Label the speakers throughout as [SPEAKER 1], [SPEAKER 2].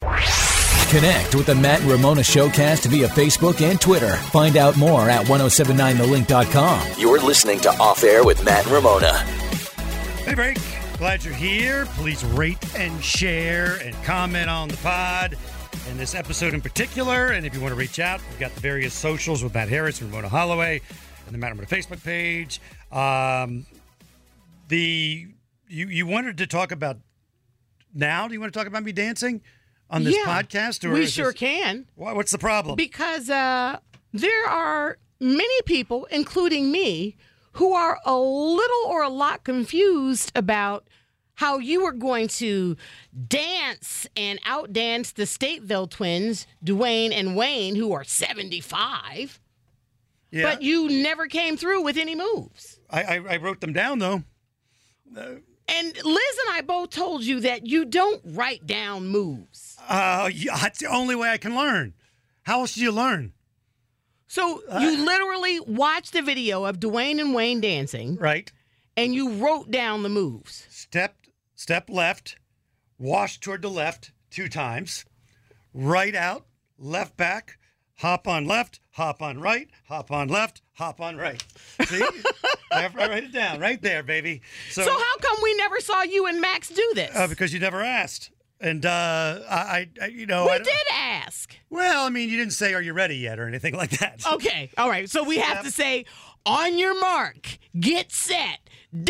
[SPEAKER 1] Connect with the Matt and Ramona Showcast via Facebook and Twitter. Find out more at 1079thelink.com.
[SPEAKER 2] You're listening to Off Air with Matt and Ramona.
[SPEAKER 3] Hey, break. Glad you're here. Please rate and share and comment on the pod and this episode in particular. And if you want to reach out, we've got the various socials with Matt Harris and Ramona Holloway and the Matt and Ramona Facebook page. Um, the you, you wanted to talk about now? Do you want to talk about me dancing on this
[SPEAKER 4] Yeah,
[SPEAKER 3] podcast?
[SPEAKER 4] we
[SPEAKER 3] is
[SPEAKER 4] sure
[SPEAKER 3] this-
[SPEAKER 4] can
[SPEAKER 3] Why, what's the problem?
[SPEAKER 4] because uh, there are many people, including me, who are a little or a lot confused about how you are going to dance and outdance the Stateville twins, Dwayne and Wayne, who are 75,
[SPEAKER 3] yeah,
[SPEAKER 4] but you never came through with any moves.
[SPEAKER 3] I, I I wrote them down though. Uh,
[SPEAKER 4] And Liz and I both told you that you don't write down moves.
[SPEAKER 3] Uh, yeah, that's the only way I can learn. How else do you learn?
[SPEAKER 4] So
[SPEAKER 3] Uh,
[SPEAKER 4] you literally watched the video of Dwayne and Wayne dancing
[SPEAKER 3] Right.
[SPEAKER 4] and you wrote down the moves.
[SPEAKER 3] step step left, wash toward the left two times, right out, left back, hop on left, hop on right, hop on left, hop on right. See, I, have- I write it down right there, baby. So,
[SPEAKER 4] So how come we never saw you and Max do this?
[SPEAKER 3] uh, because you never asked, and uh, I, I, I- you know, Oh, I
[SPEAKER 4] we
[SPEAKER 3] don't-
[SPEAKER 4] did ask.
[SPEAKER 3] Well, I mean, you didn't say "Are you ready yet?" or anything like that.
[SPEAKER 4] Okay, all right. So we have to say, on your mark, get set,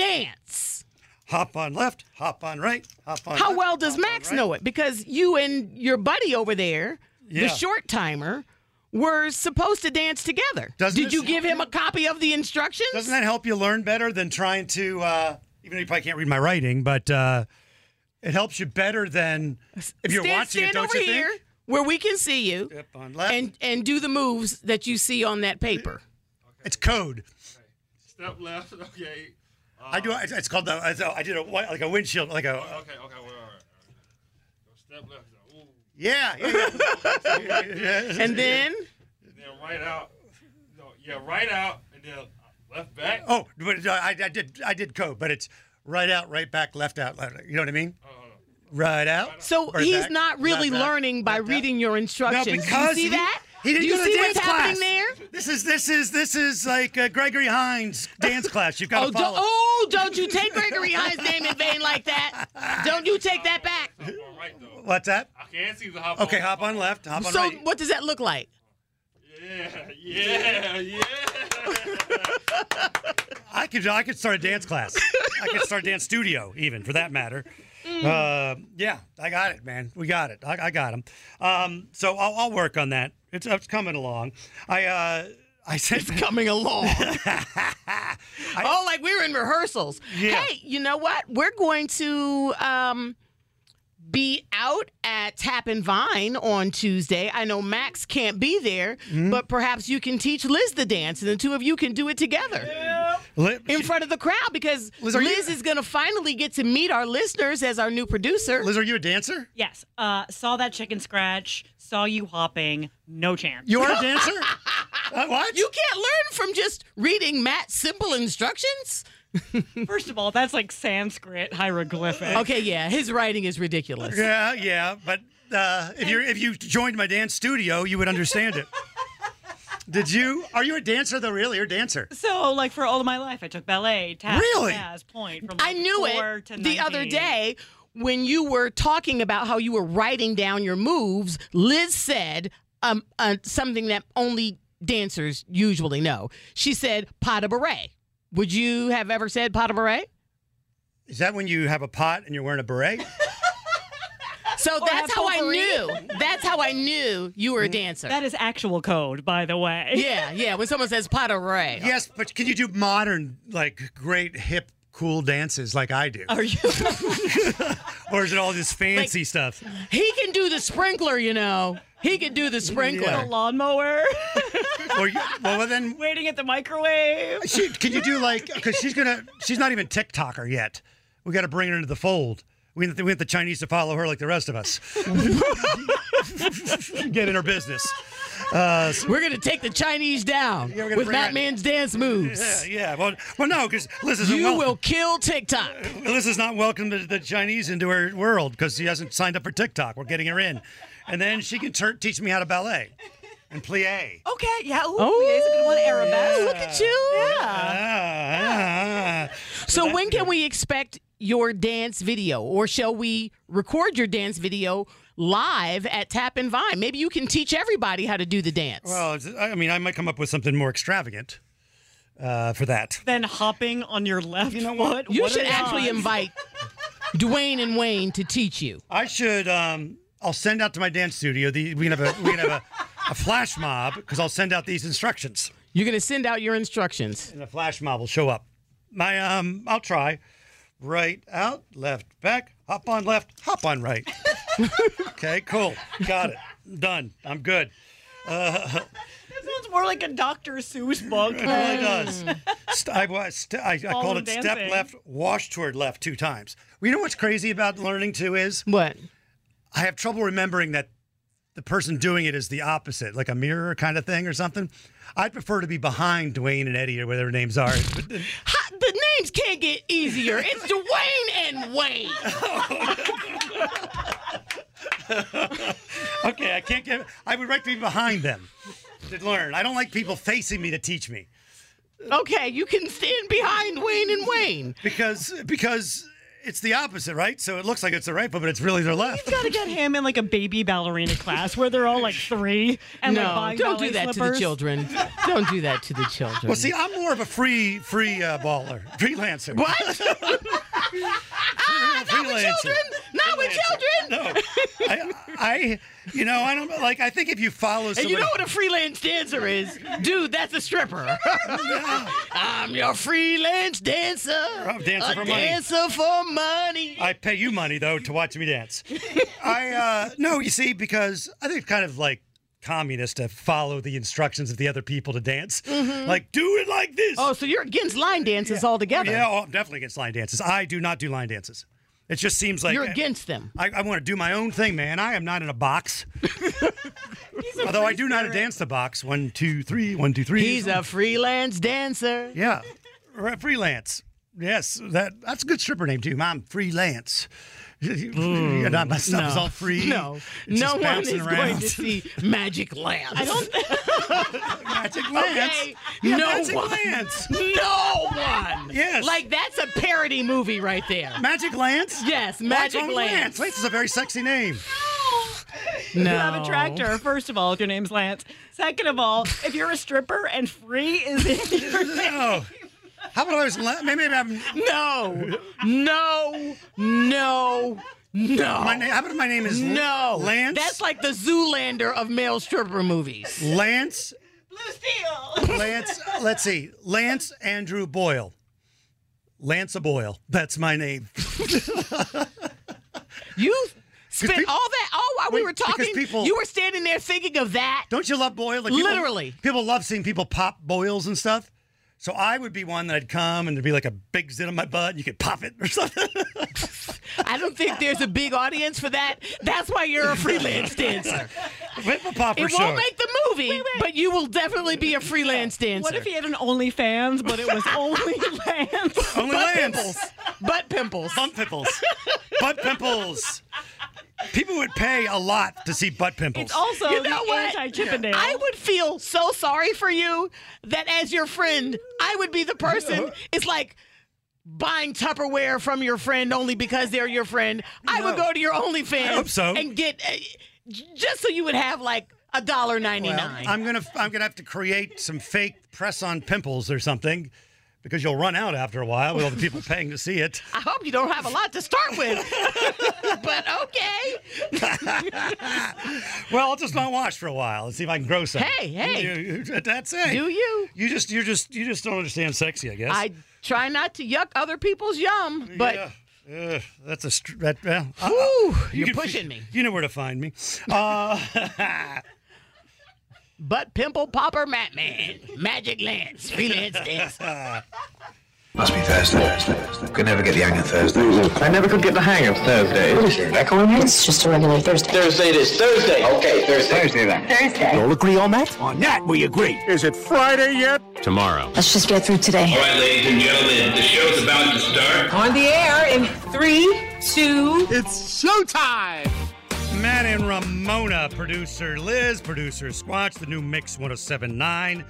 [SPEAKER 4] dance.
[SPEAKER 3] Hop on left, hop on right, hop on.
[SPEAKER 4] How
[SPEAKER 3] left,
[SPEAKER 4] well does
[SPEAKER 3] hop on
[SPEAKER 4] Max
[SPEAKER 3] right.
[SPEAKER 4] know it? Because you and your buddy over there,
[SPEAKER 3] Yeah.
[SPEAKER 4] the short timer, were supposed to dance together.
[SPEAKER 3] Doesn't
[SPEAKER 4] did
[SPEAKER 3] it-
[SPEAKER 4] you give him a copy of the instructions?
[SPEAKER 3] Doesn't that help you learn better than trying to, uh, even though you probably can't read my writing, but uh, it helps you better than if you're
[SPEAKER 4] stand,
[SPEAKER 3] watching
[SPEAKER 4] stand
[SPEAKER 3] it, don't
[SPEAKER 4] over
[SPEAKER 3] you
[SPEAKER 4] here
[SPEAKER 3] think?
[SPEAKER 4] where we can see you
[SPEAKER 3] Yep, on left.
[SPEAKER 4] and and do the moves that you see on that paper.
[SPEAKER 3] it's code.
[SPEAKER 5] Step left. Okay.
[SPEAKER 3] I do. It's it's called. The, it's a- I did a wi- like a windshield, like a
[SPEAKER 5] Okay. Okay. Well, all right. all right. Go Step left. Ooh.
[SPEAKER 3] yeah. yeah, yeah. Yeah.
[SPEAKER 4] And then
[SPEAKER 5] And then right out. No, yeah, right out. And then left back.
[SPEAKER 3] oh, but uh, I, I did. I did code, but it's right out, right back, left out. Left, out. you know what I mean?
[SPEAKER 5] Oh,
[SPEAKER 3] Right out.
[SPEAKER 4] So
[SPEAKER 3] right
[SPEAKER 4] he's
[SPEAKER 3] back,
[SPEAKER 4] not really
[SPEAKER 3] left out,
[SPEAKER 4] learning by
[SPEAKER 3] left out.
[SPEAKER 4] reading your
[SPEAKER 3] No,
[SPEAKER 4] instructions.
[SPEAKER 3] because
[SPEAKER 4] you see
[SPEAKER 3] he,
[SPEAKER 4] that?
[SPEAKER 3] He didn't
[SPEAKER 4] Do you
[SPEAKER 3] go to
[SPEAKER 4] see
[SPEAKER 3] dance
[SPEAKER 4] what's
[SPEAKER 3] class.
[SPEAKER 4] happening there?
[SPEAKER 3] This is this is this is like uh, Gregory Hines dance class. You've got
[SPEAKER 4] Oh,
[SPEAKER 3] to
[SPEAKER 4] don't,
[SPEAKER 3] follow.
[SPEAKER 4] oh, don't you take Gregory High's name in vain like that. Don't you take that back.
[SPEAKER 5] All right though.
[SPEAKER 3] What's that?
[SPEAKER 5] I can't see the hop.
[SPEAKER 3] Okay,
[SPEAKER 5] on.
[SPEAKER 3] hop on left, hop on
[SPEAKER 4] So
[SPEAKER 3] right.
[SPEAKER 4] what does that look like?
[SPEAKER 5] Yeah. Yeah. Yeah.
[SPEAKER 3] I could I could start a dance class. I could start a dance studio, even for that matter.
[SPEAKER 4] Mm.
[SPEAKER 3] Uh, yeah, I got it, man. We got it. I, I got him. Um, so I'll, I'll work on that. It's, it's coming along. I uh, I said
[SPEAKER 4] Coming along.
[SPEAKER 3] I-
[SPEAKER 4] oh, like we're in rehearsals.
[SPEAKER 3] Yeah.
[SPEAKER 4] Hey, you know what? We're going to um, be out at Tap and Vine on Tuesday. I know Max can't be there,
[SPEAKER 3] Mm-hmm.
[SPEAKER 4] but perhaps you can teach Liz the dance, and the two of you can do it together.
[SPEAKER 3] li-
[SPEAKER 4] in front of the crowd because Liz,
[SPEAKER 3] Liz, are you-
[SPEAKER 4] is going to finally get to meet our listeners as our new producer.
[SPEAKER 3] Liz, are you a dancer?
[SPEAKER 6] Yes. Uh, saw that chicken scratch. Saw you hopping. No chance.
[SPEAKER 3] You are a dancer. Uh, what?
[SPEAKER 4] You can't learn from just reading Matt's simple instructions.
[SPEAKER 6] First of all, that's like Sanskrit hieroglyphic.
[SPEAKER 4] Okay, yeah, his writing is ridiculous.
[SPEAKER 3] Yeah, yeah, but uh, if you if you joined my dance studio, you would understand it. Did you? Are you a dancer though? Really, you're a dancer.
[SPEAKER 6] So, like for all of my life, I took ballet, tap,
[SPEAKER 3] Really?
[SPEAKER 6] jazz, point. From
[SPEAKER 4] I
[SPEAKER 6] like,
[SPEAKER 4] knew
[SPEAKER 6] four
[SPEAKER 4] it
[SPEAKER 6] to
[SPEAKER 4] the other
[SPEAKER 6] 19.
[SPEAKER 4] day when you were talking about how you were writing down your moves. Liz said um, uh, something that only dancers usually know. She said pas de beret. Would you have ever said pas de beret?
[SPEAKER 3] Is that when you have a pot and you're wearing a beret?
[SPEAKER 4] So
[SPEAKER 6] Or
[SPEAKER 4] that's
[SPEAKER 6] have
[SPEAKER 4] how I
[SPEAKER 6] potpourri.
[SPEAKER 4] knew. That's how I knew you
[SPEAKER 3] Mm.
[SPEAKER 4] were a dancer.
[SPEAKER 6] That is actual code, by the way.
[SPEAKER 4] yeah, yeah. When someone says pas de beret,
[SPEAKER 3] yes, but can you do modern, like great hip, cool dances like I do?
[SPEAKER 6] Are you?
[SPEAKER 3] Or is it all this fancy stuff?
[SPEAKER 4] he can do the sprinkler. You know, he can do the sprinkler.
[SPEAKER 3] Yeah.
[SPEAKER 6] a lawnmower?
[SPEAKER 3] Or you, well, then
[SPEAKER 6] Waiting at the microwave?
[SPEAKER 3] she, can you do like? Because she's gonna, she's not even TikToker yet. We got to bring her into the fold. We want the- we want the Chinese to follow her like the rest of us. Get in her business. Uh, so-
[SPEAKER 4] We're gonna take the Chinese down
[SPEAKER 3] we're gonna
[SPEAKER 4] with
[SPEAKER 3] bring it-
[SPEAKER 4] Batman's dance moves.
[SPEAKER 3] yeah, Uh, yeah. Well, well, no, because Liz isn't
[SPEAKER 4] You
[SPEAKER 3] wel-
[SPEAKER 4] will kill TikTok.
[SPEAKER 3] Liz is not welcome to the Chinese into her world because she hasn't signed up for TikTok. We're getting her in, and then she can tur teach me how to ballet and plie.
[SPEAKER 6] Okay, yeah. Ooh,
[SPEAKER 4] Oh,
[SPEAKER 6] yeah, it's a good one. Arabesque.
[SPEAKER 4] Look at you.
[SPEAKER 3] Ah, ah, ah.
[SPEAKER 4] So when can we expect your dance video, or shall we record your dance video live at Tap and Vine? Maybe you can teach everybody how to do the dance.
[SPEAKER 3] Well, it's- I mean, I might come up with something more extravagant uh, for that.
[SPEAKER 6] Then hopping on your left you know
[SPEAKER 3] what?
[SPEAKER 6] what?
[SPEAKER 4] you
[SPEAKER 6] What are
[SPEAKER 4] should
[SPEAKER 6] the
[SPEAKER 4] actually
[SPEAKER 6] odds?
[SPEAKER 4] invite Dwayne and Wayne to teach you.
[SPEAKER 3] I should. Um, I'll send out to my dance studio. The, we can have a we can have a, a flash mob because I'll send out these instructions,
[SPEAKER 4] You're going to send out your instructions.
[SPEAKER 3] and the flash mob will show up. My um, I'll try. Right out, left back, hop on left, hop on right. okay, cool, got it, done. I'm good.
[SPEAKER 6] That sounds more like a Dr. Seuss book.
[SPEAKER 3] It really does. St- I, was- st- I, I called
[SPEAKER 6] Ballroom
[SPEAKER 3] it step
[SPEAKER 6] dancing.
[SPEAKER 3] left, wash toward left two times. Well, you know what's crazy about learning too is
[SPEAKER 4] What?
[SPEAKER 3] I have trouble remembering that the person doing it is the opposite, like a mirror kind of thing or something. I'd prefer to be behind Dwayne and Eddie or whatever their names are.
[SPEAKER 4] Ha, the names can't get easier. It's Dwayne and Wayne.
[SPEAKER 3] okay, I can't get. I would like to be behind them to learn. I don't like people facing me to teach me
[SPEAKER 4] Okay, you can stand behind Wayne and Wayne.
[SPEAKER 3] because because it's the opposite, right? So it looks like it's the right foot, but it's really their left.
[SPEAKER 6] You've got to get him in like a baby ballerina class where they're all like three and like
[SPEAKER 4] No,
[SPEAKER 6] buying
[SPEAKER 4] don't do
[SPEAKER 6] ballet
[SPEAKER 4] that to the
[SPEAKER 6] slippers.
[SPEAKER 4] children. Don't do that to the children.
[SPEAKER 3] Well, see, I'm more of a free free uh, baller, freelancer.
[SPEAKER 4] What?
[SPEAKER 3] Ah,
[SPEAKER 4] not with children. Not with children.
[SPEAKER 3] No, I, I, you know, I don't like. I think if you follow
[SPEAKER 4] And
[SPEAKER 3] somebody,
[SPEAKER 4] you know what a freelance dancer is? Dude, that's a stripper. I'm your freelance dancer.
[SPEAKER 3] I'm dancing
[SPEAKER 4] a
[SPEAKER 3] Oh, for money.
[SPEAKER 4] dancer for money.
[SPEAKER 3] I pay you money though to watch me dance. I uh no, you see, because I think it's kind of like communist to follow the instructions of the other people to dance.
[SPEAKER 4] Mm-hmm.
[SPEAKER 3] Like do it like this.
[SPEAKER 4] Oh, so you're against line dances altogether.
[SPEAKER 3] yeah, oh, I'm definitely against line dances. I do not do line dances. It just seems like
[SPEAKER 4] you're against them.
[SPEAKER 3] I, I want to do my own thing, man. I am not in a box. Although I do know how to dance the box. One, two, three. One, two, three.
[SPEAKER 4] He's a freelance dancer.
[SPEAKER 3] Yeah, Re- freelance. Yes, that that's a good stripper name too. I'm freelance. and I, my stuff is all free.
[SPEAKER 4] Mm, No,
[SPEAKER 3] It's
[SPEAKER 4] no
[SPEAKER 3] just
[SPEAKER 4] one is
[SPEAKER 3] bouncing
[SPEAKER 4] going
[SPEAKER 3] around.
[SPEAKER 4] to see Magic Lamps. I don't think
[SPEAKER 3] Magic Lance. Yeah,
[SPEAKER 4] no
[SPEAKER 3] Magic
[SPEAKER 4] one.
[SPEAKER 3] Lance.
[SPEAKER 4] No one.
[SPEAKER 3] Yes.
[SPEAKER 4] Like that's a parody movie right there.
[SPEAKER 3] Magic Lance. What's
[SPEAKER 4] Yes, Magic
[SPEAKER 3] wrong with
[SPEAKER 4] Lance.
[SPEAKER 3] Lance. Lance is a very sexy name.
[SPEAKER 4] No.
[SPEAKER 6] You have a tractor, first of all, if your name's Lance. Second of all, if you're a stripper and free is in your name.
[SPEAKER 3] No. Oh. How about I was La- maybe I'm
[SPEAKER 4] No, no, no, no.
[SPEAKER 3] my name. How about my name is
[SPEAKER 4] no.
[SPEAKER 3] Lance?
[SPEAKER 4] That's like the Zoolander of male stripper movies.
[SPEAKER 3] Lance.
[SPEAKER 6] Blue steel.
[SPEAKER 3] Lance. let's see. Lance Andrew Boyle. Lance a Boyle. That's my name.
[SPEAKER 4] You spent
[SPEAKER 3] peop-
[SPEAKER 4] all that, all while we
[SPEAKER 3] Wait,
[SPEAKER 4] were
[SPEAKER 3] because
[SPEAKER 4] talking,
[SPEAKER 3] people-
[SPEAKER 4] you were standing there thinking of that.
[SPEAKER 3] Don't you love Boyle? Like
[SPEAKER 4] Literally.
[SPEAKER 3] People love seeing people pop Boyles and stuff. So I would be one that I'd come and there'd be like a big zit on my butt and you could pop it or something.
[SPEAKER 4] I don't think there's a big audience for that. That's why you're a freelance dancer.
[SPEAKER 3] Whip a pop
[SPEAKER 4] It
[SPEAKER 3] Oh, for
[SPEAKER 4] won't
[SPEAKER 3] sure.
[SPEAKER 4] make the movie, but you will definitely be a freelance dancer.
[SPEAKER 6] What if he had an OnlyFans, but it was only Lance?
[SPEAKER 3] Only
[SPEAKER 4] Butt
[SPEAKER 3] Lance.
[SPEAKER 4] pimples. Butt pimples.
[SPEAKER 3] Bump pimples. butt pimples. People would pay a lot to see butt pimples.
[SPEAKER 6] It's also
[SPEAKER 4] You know
[SPEAKER 6] the
[SPEAKER 4] what?
[SPEAKER 6] anti-Chippendale.
[SPEAKER 4] I would feel so sorry for you that as your friend, I would be the person. It's like buying Tupperware from your friend only because they're your friend. I would go to your OnlyFans
[SPEAKER 3] I hope so.
[SPEAKER 4] and get uh, j- just so you would have like a dollar ninety
[SPEAKER 3] Well,
[SPEAKER 4] nine.
[SPEAKER 3] I'm gonna I'm gonna have to create some fake press on pimples or something, because you'll run out after a while with all the people paying to see it.
[SPEAKER 4] I hope you don't have a lot to start with, but okay.
[SPEAKER 3] Well, I'll just not watch for a while and see if I can grow some.
[SPEAKER 4] Hey, hey.
[SPEAKER 3] You- you- that's it.
[SPEAKER 4] Do you?
[SPEAKER 3] You just you just you just don't understand sexy, I guess.
[SPEAKER 4] I try not to yuck other people's yum, but
[SPEAKER 3] Yeah. Ugh, that's a str- that, well, I-
[SPEAKER 4] Whew, you're
[SPEAKER 3] can-
[SPEAKER 4] pushing me.
[SPEAKER 3] You know where to find me. Uh,
[SPEAKER 4] Butt pimple popper, Matt man, magic lance, freelance dance.
[SPEAKER 7] Must be Thursday. Could never get the hang of Thursdays. I never could get the hang of Thursdays. Mm-hmm. What is it, echoing It's just a regular Thursday. Thursday it is. Thursday. Okay, Thursday. Thursday then. Thursday.
[SPEAKER 8] Y'all agree on that?
[SPEAKER 7] On that we agree. Is it Friday yet?
[SPEAKER 8] Tomorrow.
[SPEAKER 7] Let's just get through today.
[SPEAKER 9] All right, ladies and gentlemen, the show's about to start.
[SPEAKER 7] On the air in three, two. It's showtime.
[SPEAKER 3] Matt and Ramona, producer Liz, producer Squatch, the new Mix 1079.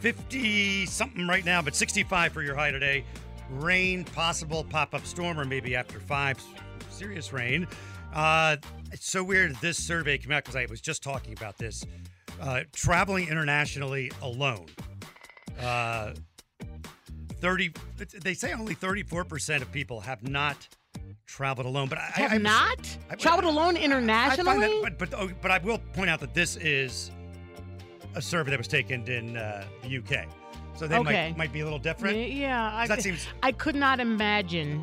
[SPEAKER 3] 50 something right now, but 65 for your high today. Rain, possible pop up storm, or maybe after five, serious rain. Uh, it's so weird this survey came out because I was just talking about this. Uh, traveling internationally alone. Uh, 30, they say only 34% of people have not traveled alone, but I
[SPEAKER 4] Have
[SPEAKER 3] I, I'm-
[SPEAKER 4] not
[SPEAKER 3] I-
[SPEAKER 4] traveled alone
[SPEAKER 3] I find that-
[SPEAKER 4] internationally.
[SPEAKER 3] but, but, oh, but I will point out that this is a survey that was taken in uh, the UK. So they
[SPEAKER 4] Okay.
[SPEAKER 3] might, might be a little different.
[SPEAKER 4] Yeah, I,
[SPEAKER 3] that seems-
[SPEAKER 4] I could not imagine.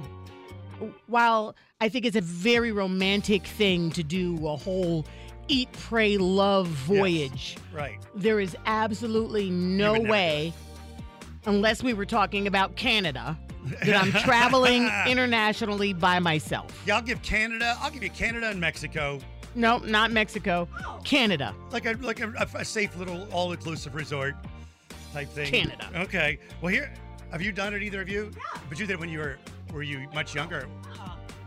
[SPEAKER 4] While I think it's a very romantic thing to do a whole eat, pray, love voyage,
[SPEAKER 3] Right.
[SPEAKER 4] there is absolutely no
[SPEAKER 3] would never do
[SPEAKER 4] way, unless we were talking about Canada, that I'm traveling internationally by myself.
[SPEAKER 3] Yeah, I'll give Canada, I'll give you Canada and Mexico,
[SPEAKER 4] Nope, not Mexico, Canada.
[SPEAKER 3] like a like a, a- a safe little all inclusive resort type thing.
[SPEAKER 4] Canada.
[SPEAKER 3] Okay. Well, here, have you done it? Either of you? But you did it when you were were you much younger?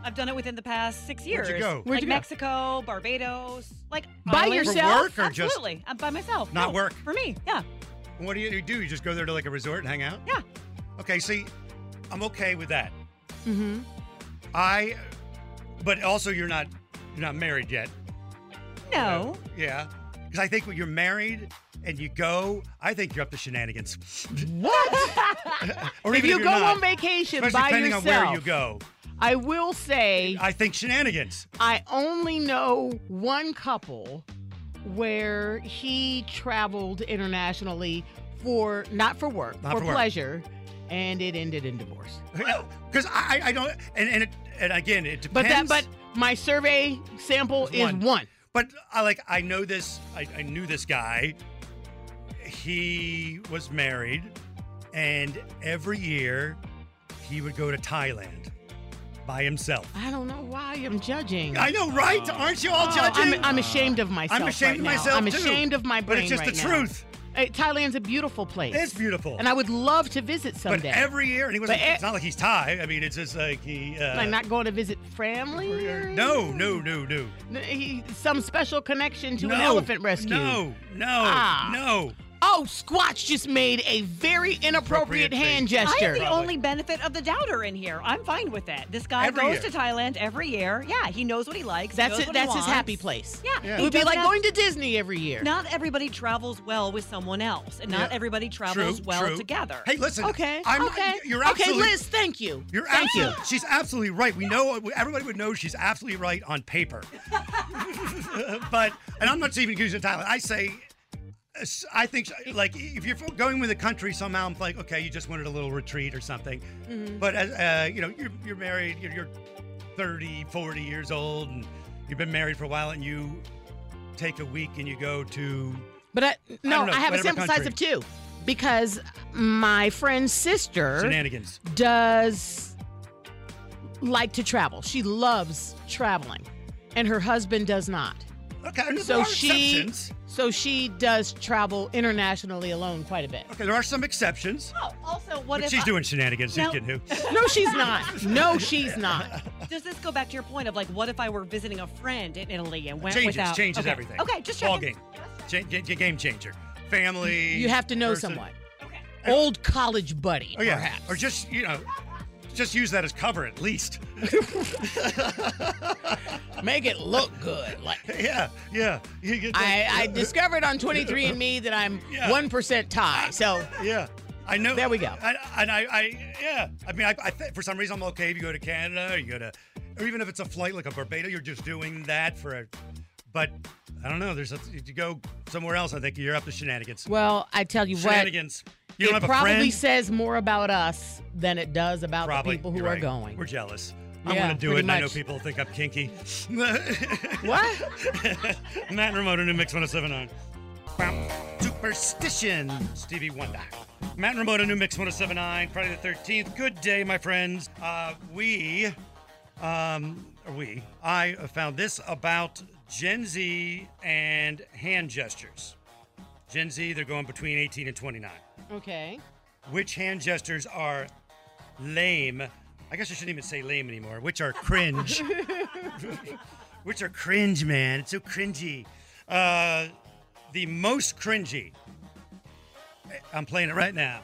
[SPEAKER 6] I've done it within the past six
[SPEAKER 3] Where'd
[SPEAKER 6] years.
[SPEAKER 3] you go? Where'd
[SPEAKER 6] like
[SPEAKER 3] you go?
[SPEAKER 6] Mexico, Barbados, like
[SPEAKER 4] By
[SPEAKER 6] islands.
[SPEAKER 4] yourself? For
[SPEAKER 3] work or just-
[SPEAKER 6] Absolutely, I'm by myself.
[SPEAKER 3] Not
[SPEAKER 6] No,
[SPEAKER 3] work.
[SPEAKER 6] for me. Yeah,
[SPEAKER 3] What do you, you do? You just go there to like a resort and hang out?
[SPEAKER 6] yeah.
[SPEAKER 3] Okay. See, I'm okay with that.
[SPEAKER 4] Mm-hmm.
[SPEAKER 3] I, but also you're not you're not married yet.
[SPEAKER 6] No,
[SPEAKER 3] Yeah, because I think when you're married and you go, I think you're up to shenanigans.
[SPEAKER 4] What?
[SPEAKER 3] Or
[SPEAKER 4] if
[SPEAKER 3] even
[SPEAKER 4] you
[SPEAKER 3] you're
[SPEAKER 4] go
[SPEAKER 3] not,
[SPEAKER 4] on vacation
[SPEAKER 3] especially
[SPEAKER 4] by
[SPEAKER 3] depending
[SPEAKER 4] yourself,
[SPEAKER 3] on where you go,
[SPEAKER 4] I will say
[SPEAKER 3] I think shenanigans.
[SPEAKER 4] I only know one couple where he traveled internationally for not for work,
[SPEAKER 3] Not
[SPEAKER 4] for,
[SPEAKER 3] for work.
[SPEAKER 4] pleasure, and it ended in divorce.
[SPEAKER 3] Because I, I don't, and and, it, and again, it
[SPEAKER 4] But
[SPEAKER 3] depends.
[SPEAKER 4] that but my survey sample
[SPEAKER 3] It's
[SPEAKER 4] is one.
[SPEAKER 3] one. but I like I know this. I, I knew this guy. He was married, and every year he would go to Thailand by himself.
[SPEAKER 4] I don't know why I'm judging.
[SPEAKER 3] I know, right? Aren't you all
[SPEAKER 4] Oh,
[SPEAKER 3] judging?
[SPEAKER 4] I'm, I'm ashamed of myself.
[SPEAKER 3] I'm ashamed
[SPEAKER 4] right
[SPEAKER 3] of
[SPEAKER 4] now.
[SPEAKER 3] myself
[SPEAKER 4] I'm
[SPEAKER 3] too.
[SPEAKER 4] ashamed of my
[SPEAKER 3] But
[SPEAKER 4] brain.
[SPEAKER 3] it's just
[SPEAKER 4] right
[SPEAKER 3] the
[SPEAKER 4] now.
[SPEAKER 3] truth.
[SPEAKER 4] Uh, Thailand's a beautiful place.
[SPEAKER 3] It's beautiful.
[SPEAKER 4] And I would love to visit
[SPEAKER 3] but
[SPEAKER 4] someday.
[SPEAKER 3] every year, and he wasn't.
[SPEAKER 4] But e-
[SPEAKER 3] it's not like he's Thai. I mean, it's just like he. Uh,
[SPEAKER 4] like not going to visit family. or
[SPEAKER 3] no, no, no, no.
[SPEAKER 4] N- he- some special connection to an
[SPEAKER 3] No,
[SPEAKER 4] elephant rescue.
[SPEAKER 3] No, no,
[SPEAKER 4] Ah.
[SPEAKER 3] no.
[SPEAKER 4] Oh, Squatch just made a very
[SPEAKER 3] Appropriate
[SPEAKER 4] inappropriate
[SPEAKER 3] thing.
[SPEAKER 4] hand
[SPEAKER 6] I
[SPEAKER 4] gesture.
[SPEAKER 6] am the
[SPEAKER 3] Probably.
[SPEAKER 6] only benefit of the doubter in here. I'm fine with that. This guy
[SPEAKER 3] Every
[SPEAKER 6] goes
[SPEAKER 3] year.
[SPEAKER 6] to Thailand every year. Yeah, he knows what he likes.
[SPEAKER 4] That's
[SPEAKER 6] knows
[SPEAKER 4] it.
[SPEAKER 6] what he
[SPEAKER 4] That's his
[SPEAKER 6] wants.
[SPEAKER 4] happy place.
[SPEAKER 6] Yeah,
[SPEAKER 3] Yeah.
[SPEAKER 6] he
[SPEAKER 4] It would be
[SPEAKER 6] doesn't
[SPEAKER 4] like
[SPEAKER 6] have-
[SPEAKER 4] going to Disney every year.
[SPEAKER 6] Not everybody travels well with someone else, and not
[SPEAKER 3] Yeah.
[SPEAKER 6] everybody travels
[SPEAKER 3] True,
[SPEAKER 6] well
[SPEAKER 3] true.
[SPEAKER 6] together.
[SPEAKER 3] Hey, listen.
[SPEAKER 4] okay.
[SPEAKER 3] I'm,
[SPEAKER 4] okay.
[SPEAKER 3] You're
[SPEAKER 4] okay,
[SPEAKER 3] absolutely.
[SPEAKER 4] Liz. Thank you.
[SPEAKER 3] You're
[SPEAKER 4] thank you.
[SPEAKER 3] absolutely. She's absolutely right. We know. Everybody would know she's absolutely right on paper. but and I'm not even accusing Thailand. I say. I think like if you're going with a country somehow, I'm like, okay, you just wanted a little retreat or something.
[SPEAKER 6] Mm-hmm.
[SPEAKER 3] But as uh, you know, you're you're married, you're, you're 30, 40 years old, and you've been married for a while, and you take a week and you go to
[SPEAKER 4] But I, no, I,
[SPEAKER 3] don't know,
[SPEAKER 4] have a
[SPEAKER 3] whatever
[SPEAKER 4] sample size of
[SPEAKER 3] country.
[SPEAKER 4] two because my friend's sister
[SPEAKER 3] shenanigans.
[SPEAKER 4] does like to travel. She loves traveling, and her husband does not.
[SPEAKER 3] Okay, there
[SPEAKER 4] so
[SPEAKER 3] are
[SPEAKER 4] she
[SPEAKER 3] exceptions.
[SPEAKER 4] so she does travel internationally alone quite a bit.
[SPEAKER 3] Okay, there are some exceptions.
[SPEAKER 6] Oh, also, what
[SPEAKER 3] but
[SPEAKER 6] if
[SPEAKER 3] she's
[SPEAKER 6] I-
[SPEAKER 3] doing shenanigans.
[SPEAKER 6] Now-
[SPEAKER 3] She's getting who?
[SPEAKER 4] No, she's not. No, she's not.
[SPEAKER 6] Does this go back to your point of like, what if I were visiting a friend in Italy and went
[SPEAKER 3] changes,
[SPEAKER 6] without?
[SPEAKER 3] changes
[SPEAKER 6] okay.
[SPEAKER 3] everything.
[SPEAKER 6] Okay, just
[SPEAKER 3] ball
[SPEAKER 6] checking.
[SPEAKER 3] game, Cha- ga- ga- game changer. Family.
[SPEAKER 4] You have to know
[SPEAKER 3] person.
[SPEAKER 4] someone. Old college buddy,
[SPEAKER 3] Oh yeah,
[SPEAKER 4] perhaps.
[SPEAKER 3] or just you know, just use that as cover at least.
[SPEAKER 4] Make it look good. Like
[SPEAKER 3] yeah, yeah. You get the-
[SPEAKER 4] I, I discovered on 23andMe that I'm
[SPEAKER 3] Yeah.
[SPEAKER 4] one percent Thai. So
[SPEAKER 3] yeah, I know.
[SPEAKER 4] There we go.
[SPEAKER 3] I, and I, I, yeah. I mean, I, I th- for some reason I'm okay if you go to Canada, or you go to, or even if it's a flight like a Barbados, you're just doing that for a. But I don't know. There's a, if you go somewhere else, I think you're up to shenanigans.
[SPEAKER 4] Well, I tell you what,
[SPEAKER 3] shenanigans. You
[SPEAKER 4] it
[SPEAKER 3] don't have a
[SPEAKER 4] probably
[SPEAKER 3] friend.
[SPEAKER 4] says more about us than it does about
[SPEAKER 3] Probably.
[SPEAKER 4] the people who
[SPEAKER 3] You're
[SPEAKER 4] are
[SPEAKER 3] right.
[SPEAKER 4] going.
[SPEAKER 3] We're jealous. I
[SPEAKER 4] Yeah,
[SPEAKER 3] want to do it.
[SPEAKER 4] pretty
[SPEAKER 3] And I know
[SPEAKER 4] much.
[SPEAKER 3] people think I'm kinky.
[SPEAKER 4] what?
[SPEAKER 3] Matt and Ramona, New Mix 1079. Bam. Superstition, Stevie Wonder. Matt and Ramona, New Mix 1079, Friday the 13th. Good day, my friends. Uh, we, um, or we, I found this about Gen Z and hand gestures. Gen Z, they're going between 18 and 29
[SPEAKER 4] Okay.
[SPEAKER 3] which hand gestures are lame. I guess I shouldn't even say lame anymore, which are cringe. which are cringe, man. It's so cringy. Uh, the most cringy, I'm playing it right now,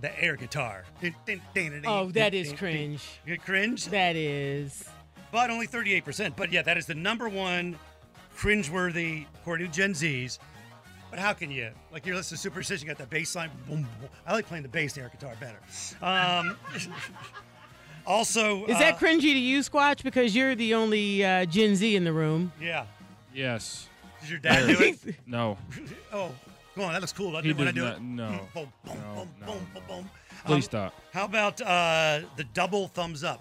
[SPEAKER 3] the air guitar.
[SPEAKER 4] Oh, that is cringe.
[SPEAKER 3] You're cringe?
[SPEAKER 4] That is.
[SPEAKER 3] But only 38%. But yeah, that is the number one cringeworthy, according to Gen Zs. But how can you? Like, you're listening to Superstition, you got that bass line. Boom, boom. I like playing the bass and air guitar better. Um, also,
[SPEAKER 4] Is that
[SPEAKER 3] uh,
[SPEAKER 4] cringy to you, Squatch? Because you're the only uh, Gen Z in the room.
[SPEAKER 3] Yeah.
[SPEAKER 8] Yes.
[SPEAKER 3] Did your dad do it?
[SPEAKER 8] No.
[SPEAKER 3] Oh, come on, that looks cool. doesn't
[SPEAKER 8] He
[SPEAKER 3] it, when I
[SPEAKER 8] did
[SPEAKER 3] do
[SPEAKER 8] not-
[SPEAKER 3] it.
[SPEAKER 8] no,
[SPEAKER 3] Boom, boom, boom,
[SPEAKER 8] no,
[SPEAKER 3] boom,
[SPEAKER 8] no,
[SPEAKER 3] boom, boom, boom.
[SPEAKER 8] Please
[SPEAKER 3] Um,
[SPEAKER 8] stop.
[SPEAKER 3] How about uh, the double thumbs up?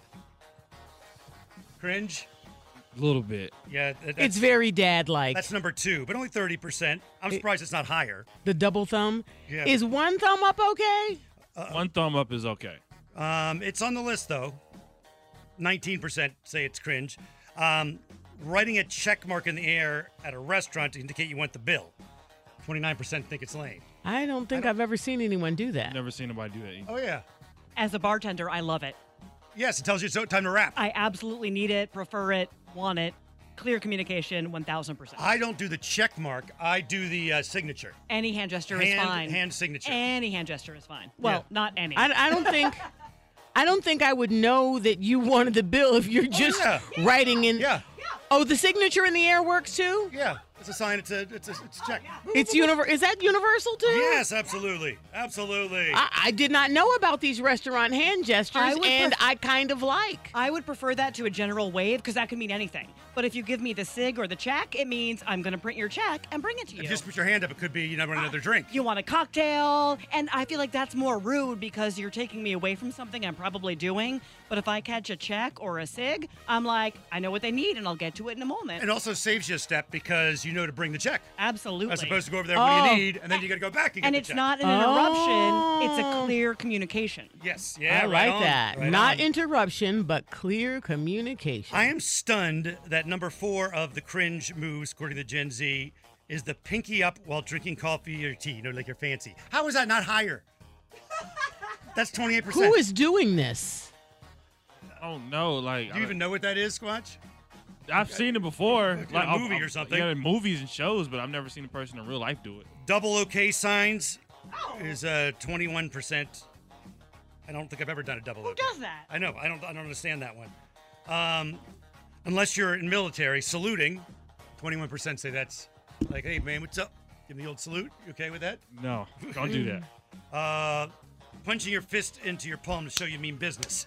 [SPEAKER 3] Cringe?
[SPEAKER 8] A little bit.
[SPEAKER 3] Yeah. th-
[SPEAKER 4] It's
[SPEAKER 3] that's-
[SPEAKER 4] very dad like.
[SPEAKER 3] That's number two, but only 30%. I'm surprised it's not higher.
[SPEAKER 4] The double thumb.
[SPEAKER 3] Yeah.
[SPEAKER 4] Is one thumb up okay?
[SPEAKER 8] One thumb up is okay.
[SPEAKER 3] Um, it's on the list though. Nineteen percent say it's cringe. Um, writing a check mark in the air at a restaurant to indicate you want the bill. Twenty-nine percent think it's lame.
[SPEAKER 4] I don't think I've ever seen anyone do that.
[SPEAKER 8] Never seen nobody do that. either.
[SPEAKER 3] Oh yeah.
[SPEAKER 6] As a bartender, I love it.
[SPEAKER 3] Yes, it tells you it's time to wrap.
[SPEAKER 6] I absolutely need it, prefer it, want it. Clear communication, one thousand percent.
[SPEAKER 3] I don't do the check mark. I do the uh, signature.
[SPEAKER 6] Any hand gesture is
[SPEAKER 3] Hand-
[SPEAKER 6] fine.
[SPEAKER 3] hand signature.
[SPEAKER 6] Any hand gesture is fine. Well,
[SPEAKER 3] Yeah.
[SPEAKER 6] not any.
[SPEAKER 4] I, I don't think. I don't think I would know that you wanted the bill if you're just
[SPEAKER 3] Oh, yeah.
[SPEAKER 4] writing in.
[SPEAKER 3] Yeah.
[SPEAKER 4] Oh, the signature in the air works too.
[SPEAKER 3] Yeah, it's a sign. It's a it's a it's a check.
[SPEAKER 4] It's univer. Is that universal too?
[SPEAKER 3] Yes, absolutely, absolutely.
[SPEAKER 4] I, I did not know about these restaurant hand gestures,
[SPEAKER 6] I would
[SPEAKER 4] and
[SPEAKER 6] pref-
[SPEAKER 4] I kind of like.
[SPEAKER 6] I would prefer that to a general wave because that could mean anything. But if you give me the sig or the check, it means I'm going to print your check and bring it to
[SPEAKER 3] If
[SPEAKER 6] you.
[SPEAKER 3] you just put your hand up, it could be you know want another drink.
[SPEAKER 6] you want a cocktail, and I feel like that's more rude because you're taking me away from something I'm probably doing. But if I catch a check or a sig, I'm like, I know what they need, and I'll get to it in a moment.
[SPEAKER 3] It also saves you a step because you know to bring the check.
[SPEAKER 6] Absolutely.
[SPEAKER 3] As opposed to go over there, what do
[SPEAKER 6] Oh.
[SPEAKER 3] you need? And then you got to go back and get
[SPEAKER 6] and
[SPEAKER 3] the
[SPEAKER 6] it's
[SPEAKER 3] check.
[SPEAKER 6] not an interruption; it's a clear communication.
[SPEAKER 3] Yes. Yeah.
[SPEAKER 4] Oh. I
[SPEAKER 3] right
[SPEAKER 4] like
[SPEAKER 3] on,
[SPEAKER 4] that.
[SPEAKER 3] right
[SPEAKER 4] Not
[SPEAKER 3] on.
[SPEAKER 4] interruption, but clear communication.
[SPEAKER 3] I am stunned that number four of the cringe moves, according to Gen Z, is the pinky up while drinking coffee or tea. You know, like you're fancy. How is that not higher? That's twenty eight percent.
[SPEAKER 4] Who is doing this?
[SPEAKER 8] I don't know. Like,
[SPEAKER 3] Do you even know what that is, Squatch?
[SPEAKER 8] I, have seen it before,
[SPEAKER 3] In a
[SPEAKER 8] I've-
[SPEAKER 3] movie
[SPEAKER 8] I've-
[SPEAKER 3] or something.
[SPEAKER 8] Yeah, in movies and shows, but I've never seen a person in real life do it.
[SPEAKER 3] Double OK signs is uh twenty one percent. I don't think I've ever done a double
[SPEAKER 6] Who
[SPEAKER 3] OK.
[SPEAKER 6] does that?
[SPEAKER 3] I know. I don't. I don't understand that one. Um, unless you're in military, saluting, twenty-one percent say that's like, "Hey man, what's up?" Give me the old salute. You okay with that?
[SPEAKER 8] No, don't do that.
[SPEAKER 3] Uh, punching your fist into your palm to show you mean business.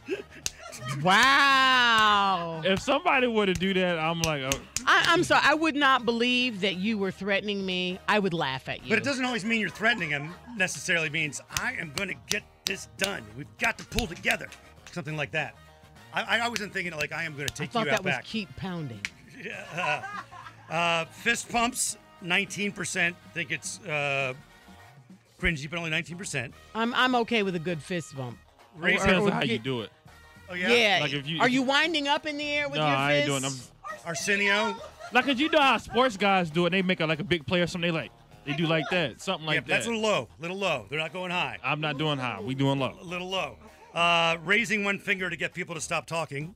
[SPEAKER 4] Wow.
[SPEAKER 8] If somebody were to do that, I'm like, oh,
[SPEAKER 4] I, I'm sorry. I would not believe that you were threatening me. I would laugh at you.
[SPEAKER 3] But it doesn't always mean you're threatening them. Necessarily means I am going to get this done. We've got to pull together. Something like that. I, I wasn't thinking like I am going to
[SPEAKER 4] I
[SPEAKER 3] take you
[SPEAKER 4] thought
[SPEAKER 3] out
[SPEAKER 4] that was
[SPEAKER 3] back.
[SPEAKER 4] keep pounding.
[SPEAKER 3] Yeah. Uh, fist pumps, 19% think it's uh, cringy, but only 19%.
[SPEAKER 4] I'm I'm okay with a good fist bump. Or-
[SPEAKER 8] it
[SPEAKER 4] or-
[SPEAKER 8] depends
[SPEAKER 4] or
[SPEAKER 8] on how you
[SPEAKER 4] get-
[SPEAKER 8] do it.
[SPEAKER 3] Oh,
[SPEAKER 4] Yeah.
[SPEAKER 3] yeah?
[SPEAKER 8] Like if you-
[SPEAKER 4] Are
[SPEAKER 8] if
[SPEAKER 4] you winding up in the air with
[SPEAKER 8] No,
[SPEAKER 4] your
[SPEAKER 8] I ain't
[SPEAKER 4] fist?
[SPEAKER 8] doing. I'm
[SPEAKER 3] Arsenio,
[SPEAKER 8] Like, cause you know how sports guys do it. They make a, like a big play or something. They like they do like that, something like
[SPEAKER 3] yeah,
[SPEAKER 8] that.
[SPEAKER 3] that's a little low. Little low. They're not going high.
[SPEAKER 8] I'm not doing high. We doing low.
[SPEAKER 3] A little low. Uh, raising one finger to get people to stop talking.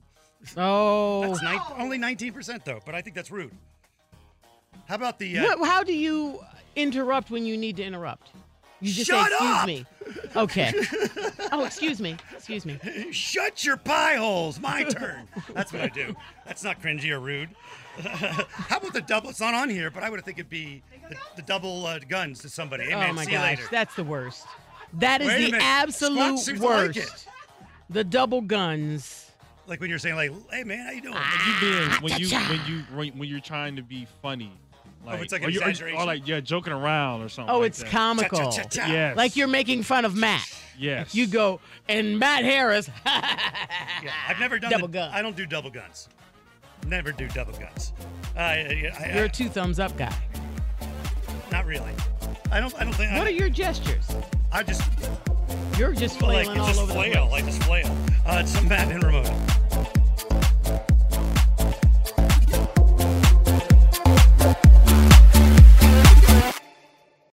[SPEAKER 4] Oh.
[SPEAKER 3] That's nine only 19% though, but I think that's rude. How about the uh,
[SPEAKER 4] What- how do you interrupt when you need to interrupt? You just
[SPEAKER 3] Shut
[SPEAKER 4] say, excuse
[SPEAKER 3] up!"
[SPEAKER 4] me. Okay. oh, excuse me. Excuse me.
[SPEAKER 3] Shut your pie holes. My turn. That's what I do. That's not cringy or rude. How about the double? It's not on here, but I would think it'd be the, the double uh, guns to somebody. Hey,
[SPEAKER 4] oh
[SPEAKER 3] man,
[SPEAKER 4] my
[SPEAKER 3] see
[SPEAKER 4] gosh,
[SPEAKER 3] you later.
[SPEAKER 4] that's the worst. That is
[SPEAKER 3] Wait a
[SPEAKER 4] the
[SPEAKER 3] minute. Squatch
[SPEAKER 4] absolute
[SPEAKER 3] seems to like
[SPEAKER 4] worst.
[SPEAKER 3] it.
[SPEAKER 4] the double guns.
[SPEAKER 3] Like when you're saying, like, hey man, how you doing? Like,
[SPEAKER 8] you
[SPEAKER 4] Ah.
[SPEAKER 8] being when you when you when- when you're trying to be funny. Like,
[SPEAKER 3] oh, it's like
[SPEAKER 8] or, you- or you-
[SPEAKER 3] exaggeration.
[SPEAKER 8] or like yeah, joking around or something.
[SPEAKER 4] Oh,
[SPEAKER 8] like
[SPEAKER 4] it's
[SPEAKER 8] that.
[SPEAKER 4] comical.
[SPEAKER 8] Yes.
[SPEAKER 4] Like you're making fun of Matt.
[SPEAKER 8] Yes.
[SPEAKER 4] You go, and Matt Harris.
[SPEAKER 3] Yeah, I've never done
[SPEAKER 4] Double
[SPEAKER 3] the- I don't do double guns. Never do double guns. Uh, I, I, I-
[SPEAKER 4] you're a two thumbs up guy.
[SPEAKER 3] not really. I don't. I don't think.
[SPEAKER 4] What
[SPEAKER 3] I,
[SPEAKER 4] are your gestures?
[SPEAKER 3] I just
[SPEAKER 4] You're just
[SPEAKER 3] like
[SPEAKER 4] flailing
[SPEAKER 3] it's
[SPEAKER 4] all
[SPEAKER 3] just
[SPEAKER 4] over the
[SPEAKER 3] flail.
[SPEAKER 4] place.
[SPEAKER 3] I just flail. Uh, it's some Matt and